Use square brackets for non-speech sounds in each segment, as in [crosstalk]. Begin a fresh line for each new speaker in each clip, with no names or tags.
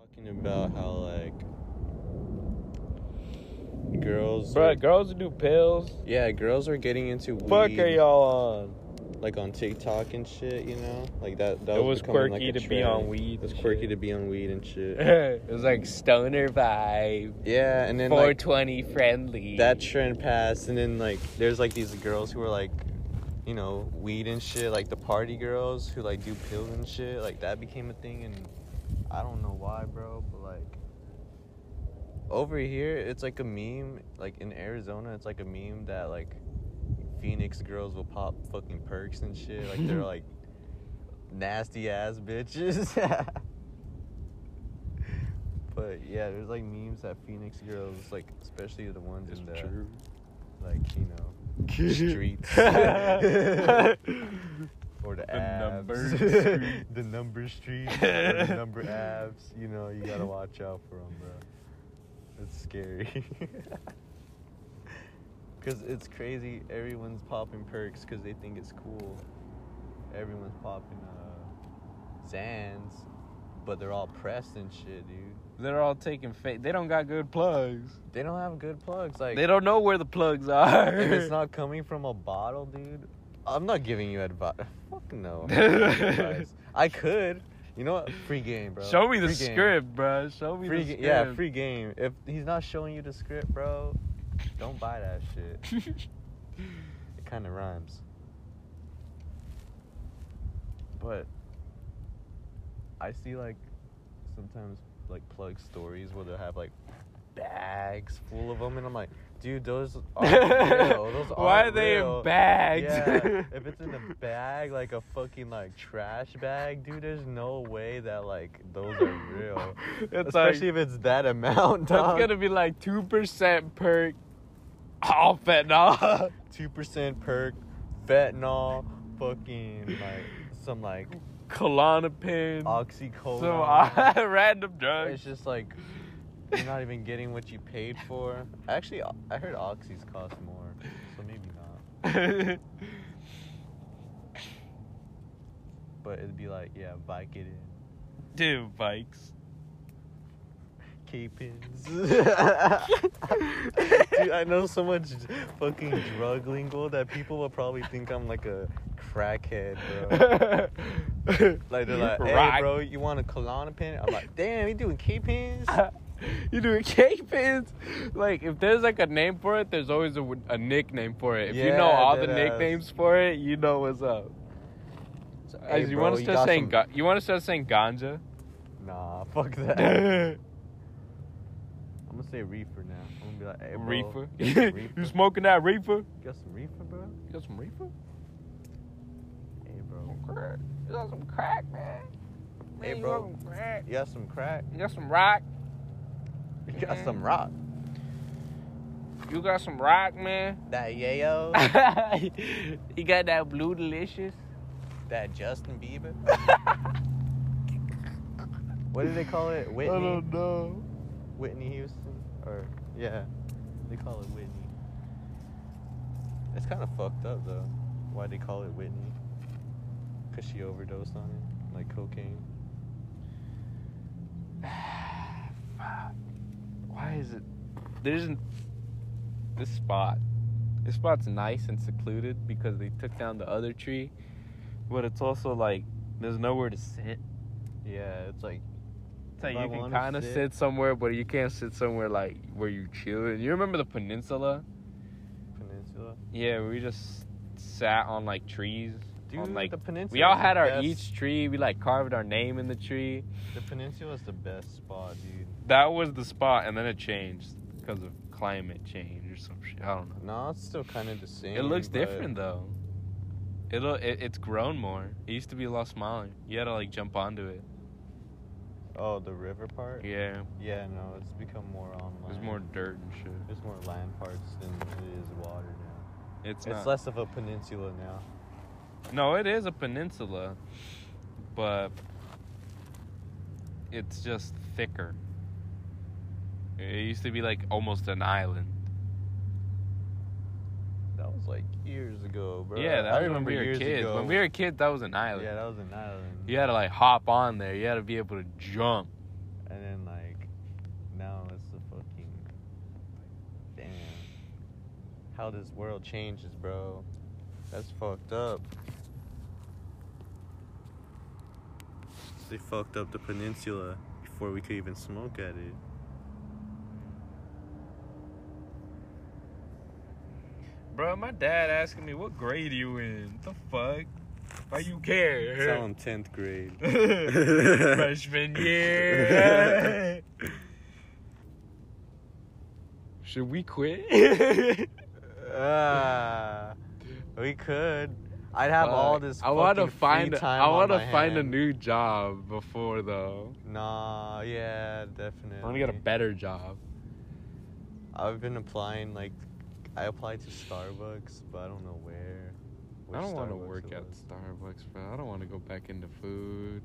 talking about how like girls,
Bruh,
are-
girls who do pills.
yeah, girls are getting into weed,
Fuck are y'all on?
like on TikTok and shit. You know, like that. That
It was
becoming,
quirky
like, a
to be on
trend.
weed.
It was quirky to be on weed and shit.
[laughs] it
was like stoner vibe,
yeah, and then like
420 friendly.
that trend passed, and then like there's like these girls who are like. You know, weed and shit, like the party girls who like do pills and shit, like that became a thing, and I don't know why, bro, but like over here, it's like a meme. Like in Arizona, it's like a meme that like Phoenix girls will pop fucking perks and shit. Like they're like nasty ass bitches. [laughs] but yeah, there's like memes that Phoenix girls, like especially the ones in the like you know uh, streets [laughs]
[laughs]
or the,
The
abs.
[laughs] number streets.
the number street,
[laughs]
or the number abs. You know, you gotta watch out for them, bro. It's scary. [laughs] Cause it's crazy. Everyone's popping perks because they think it's cool. Everyone's popping uh, Zans, but they're all pressed and shit, dude.
They're all taking fake. They don't got good plugs.
They don't have good plugs. Like
They don't know where the plugs are.
if
[laughs]
it's not coming from a bottle, dude, I'm not giving you advice. Fuck
[laughs]
no. Advice. I could. You know what? Free game, bro.
Show me the
Free game.
script, bro. Show me
Free
the
ga-
script.
yeah,
[laughs]
free game. If he's not showing you the script, bro, don't buy that shit.
[laughs]
it kind of rhymes. But I see like sometimes like plug stories where they'll have like bags full of them, and I'm like, dude,
[laughs]
those are real. Those are
Why are they
real."
in bags? [laughs]
Yeah, if it's in a bag, like a fucking like trash bag, dude, there's no way that like those are real.
It's
Especially
like,
if it's that amount.
that's gonna be like two percent perk all [laughs] fentanyl.
two percent perk, fentanyl, fucking like some like
Klonopin.
oxycodone.
Some [laughs] uh, random drugs.
it's just like you're not even getting what you paid for. Actually, o- I heard oxys cost more, so maybe not. But it'd be like yeah, bike it in.
[laughs] Dude, bikes.
[laughs] K-pins. Dude, I know so much fucking drug lingo that people will probably think I'm like a crackhead, bro.
[laughs]
Like they're like, hey,
Rock.
bro, you want a Klonopin? I'm like, damn, you doing
[laughs]
K-pins?
you doing K-pins? Like, if there's like a name for it, there's always a, w- a nickname for it. If you know
Yeah,
all the
deadass.
nicknames for it, you know what's up.
Hey,
Guys, you
bro,
want to
you
start
got
saying
some-
ga- you want to start
[laughs]
saying ganja? [laughs]
Nah, [laughs] fuck that. I'm gonna say reefer now. I'm gonna be like, hey, bro,
reefer.
you got some
[laughs] you
reefer?
smoking that reefer?
You got some reefer, bro?
You got some reefer?
Hey, bro.
Crack. You got some crack, man.
Hey,
Man, you
bro.
got some crack.
You got some crack?
You got some rock.
You got
Mm.
some rock?
You got some rock, man. [laughs]
That yayo?
you got that blue delicious.
that Justin Bieber?
[laughs]
what do they call it? Whitney?
know.
Whitney Houston, or yeah, they call it Whitney. It's kind of fucked up though. Why they call it Whitney? Cause she overdosed on it, like cocaine.
Why is it? There's n- this spot. This spot's nice and secluded because they took down the other tree, but it's also like there's nowhere to sit.
Yeah, it's like
So
If
you
I
can
wanna
kind of
sit-
sit somewhere, but you can't sit somewhere like where you chill. And you remember the peninsula?
peninsula.
Yeah, we just sat on like trees.
Dude,
on, Oh, like
the peninsula.
we all
is the
had our
best-
each tree. We like carved our name in the tree.
The peninsula is the best spot, dude.
That was the spot, and then it changed because of climate change or some shit. I don't know.
No, it's still kind of the same.
It looks
but-
different though. It'll, it it's grown more. It used to be a lot smaller. You had to like jump onto it.
Oh, the river part.
Yeah,
Yeah, no, it's become more online.
there's more dirt and shit.
There's more land parts than it is water now.
It's,
it's
not.
less of a peninsula now.
no, it is a peninsula, but it's just thicker. It used to be like almost an island.
That was like years ago, bro.
yeah, that
I
was
remember
when we were
years
kids.
ago.
When we were kids, that was an island.
yeah, that was an island.
You had to like hop on there. You had to be able to jump.
And then like now it's the fucking damn how this world changes, bro. That's fucked up. They fucked up the peninsula before we could even smoke at it.
Bro, my dad asking me what grade you in. The fuck? Why you care?
Tell him 10th grade.
[laughs] Freshman
[laughs]
year. Should we [laughs] quit?
Ah, we could. I'd have all
Fuck.
this.
I want to
fucking free
find.
Time
I
on
want to
my
find a
hand.
new job before though.
Nah, yeah, definitely.
I want to get a better job.
I've been applying like, I applied to Starbucks, but I don't know where.
I don't
want to
work at Starbucks, bro. I don't want to go back into food.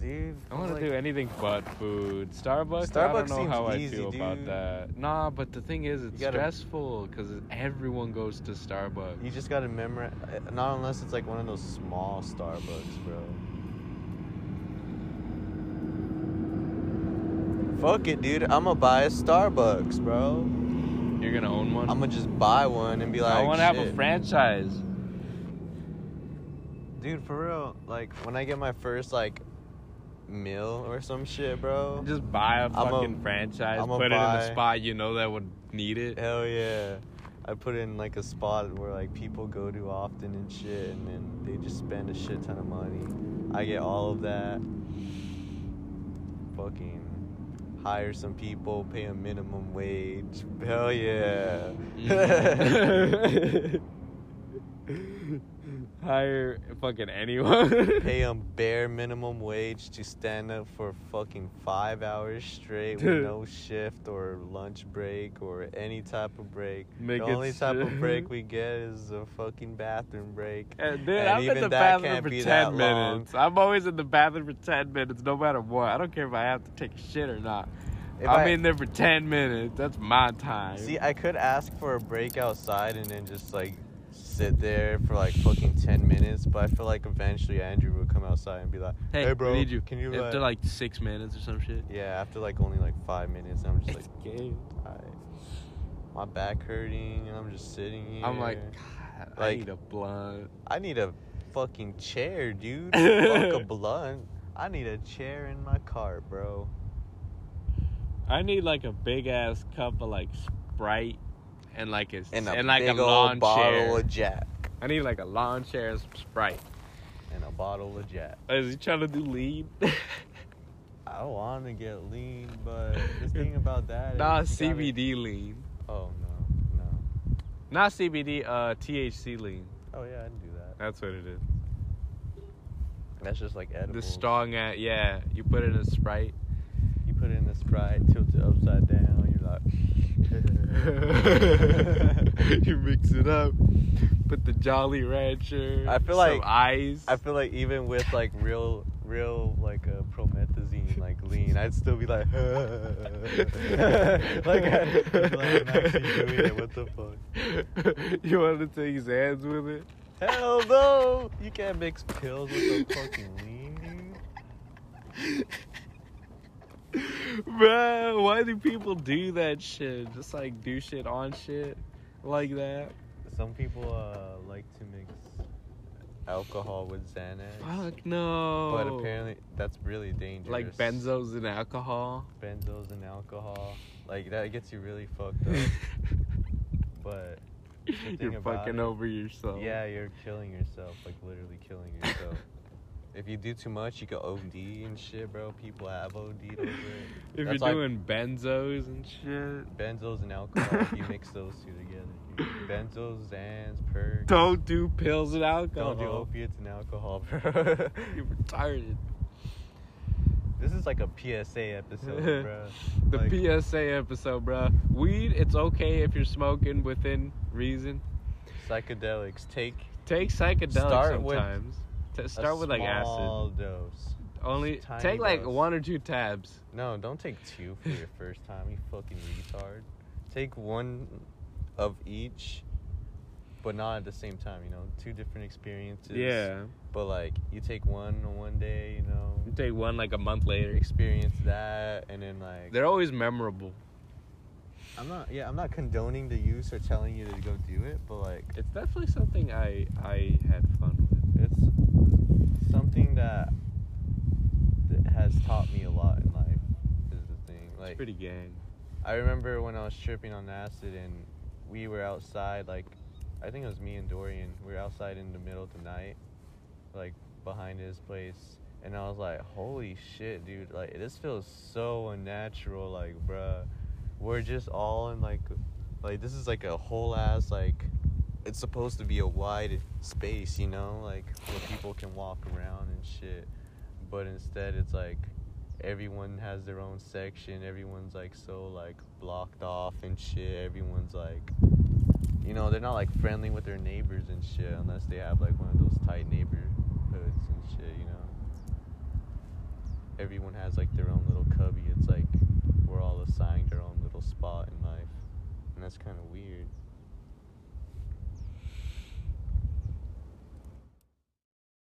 Dude,
I want to
like,
do anything but food. Starbucks. I
Starbucks
don't know
seems
how
easy,
I feel about
dude.
that. Nah, but the thing is, it's
gotta-
stressful because everyone goes to Starbucks.
You just gotta memorize. Not unless it's like one of those small Starbucks, bro. Fuck it, dude. I'ma buy a Starbucks, bro.
You're gonna own one.
I'ma just buy one and be like,
I want to have a
"Shit."
franchise.
Dude, for real, like when I get my first like meal or some shit, bro.
Just buy a
I'ma-
fucking franchise.
I'ma
put it in
buy-
a spot you know that would need it.
Hell [laughs] yeah. I put in like a spot where like people go to often and shit and then they just spend a shit ton of money. I get all of that. Fucking hire some people, pay a minimum wage. Hell
[laughs]
yeah.
[laughs] Hire fucking anyone.
pay them bare minimum wage to stand up for fucking five hours straight with
Dude.
no shift or lunch break or any type of break.
Make
the
it
only type of
[laughs] s-
break we get is a fucking bathroom break.
Uh, Dude,
And
I'm
even
in the
that
bathroom
can't
for
be
10
that long.
minutes. I'm always in the bathroom for 10 minutes, no matter what. I don't care if I have to take a shit or not.
If
I'm
I-
in there for 10 minutes. That's my time.
See, I could ask for a break outside and then just like sit there for like fucking 10 minutes, but I feel like eventually Andrew would come outside and be like, hey, bro,
I need you.
can you uh,
If
like-"
they're like six minutes or some shit.
Yeah, after like only like five minutes, I'm just like,
It's gay.
I, my back hurting and I'm just sitting here.
I'm like, God, I
Like-
need a blunt.
I need a fucking chair, dude.
[laughs]
Fuck a blunt. I need a chair in my car, bro.
I need like a big ass cup of like Sprite and like a,
And a
like a
big
lawn
old bottle
chair.
of Jack.
I need like a lawn chair and some Sprite.
And a bottle of Jack.
Is he trying to do [laughs] lead?
I want to get lean,
[laughs]
but the thing about that is
nah,
you gotta-
CBD lean.
Oh no, no.
Not CBD, uh, THC lean.
Oh yeah, I can do that.
That's what it is.
That's just like edible.
The strong at yeah. You put it in
[laughs]
a Sprite.
You put it in the sprite, tilt it upside down. You're like, [laughs]
[laughs] you mix it up. Put the Jolly Rancher.
I feel
some
like-
ice.
I feel like even with like real, real like a promethazine like lean, I'd still be
[laughs]
like, [laughs] like, I, like I'm actually doing it. What the fuck?
[laughs] you want to take his hands with it? [laughs]
Hell no! You can't mix pills with a fucking lean,
Bro, why do people do that shit? Just like do shit on shit like that?
dude. Some people uh, like to mix alcohol with Xanax,
Fuck no.
but apparently that's really dangerous.
like benzos and alcohol.
benzos and alcohol, like that gets you really fucked up. but thing
[laughs] You're
about
fucking
it-
over yourself.
Yeah, you're killing yourself, like literally killing yourself. if you do too much, you can OD and shit, bro. People have OD'd over it. That's
If you're
why
doing benzos and shit,
benzos and alcohol, if you mix those two together, dude. benzos, Zans, perks.
don't do pills and alcohol.
Don't do opiates and alcohol,
[laughs]
bro.
You're retarded.
this is like a PSA
[laughs]
episode, bro.
The
Like,
PSA episode, bruh. Weed, it's okay if you're smoking within reason.
psychedelics. Take
Take psychedelics
Start with
sometimes. T-
a
start with like acid.
small dose.
Only
tiny
take like
dose.
one or two tabs.
No, don't take two for your first time, you fucking retard. Take one of each, but not at the same time. You know, two different experiences.
yeah.
But like, you take one on one day. You know,
You take one like a month later.
experience that, and then like,
They're always memorable.
I'm not. Yeah, I'm not condoning the use or telling you to go do it, but like,
It's definitely something I I had fun with.
it's something that that has taught me a lot in life. Is the thing
it's
like
pretty gang.
I remember when I was tripping on acid and we were outside, like, I think it was me and Dorian. We were outside in the middle of the night, like, behind his place. And I was like, holy shit, dude. Like, this feels so unnatural. Like, bruh, we're just all in, like, like, this is like a whole ass, like, it's supposed to be a wide space, you know? Like, where people can walk around and shit. But instead, it's like, everyone has their own section everyone's like so like blocked off and shit everyone's like you know they're not like friendly with their neighbors and shit unless they have like one of those tight neighborhoods and shit you know everyone has like their own little cubby it's like we're all assigned our own little spot in life and that's kind of weird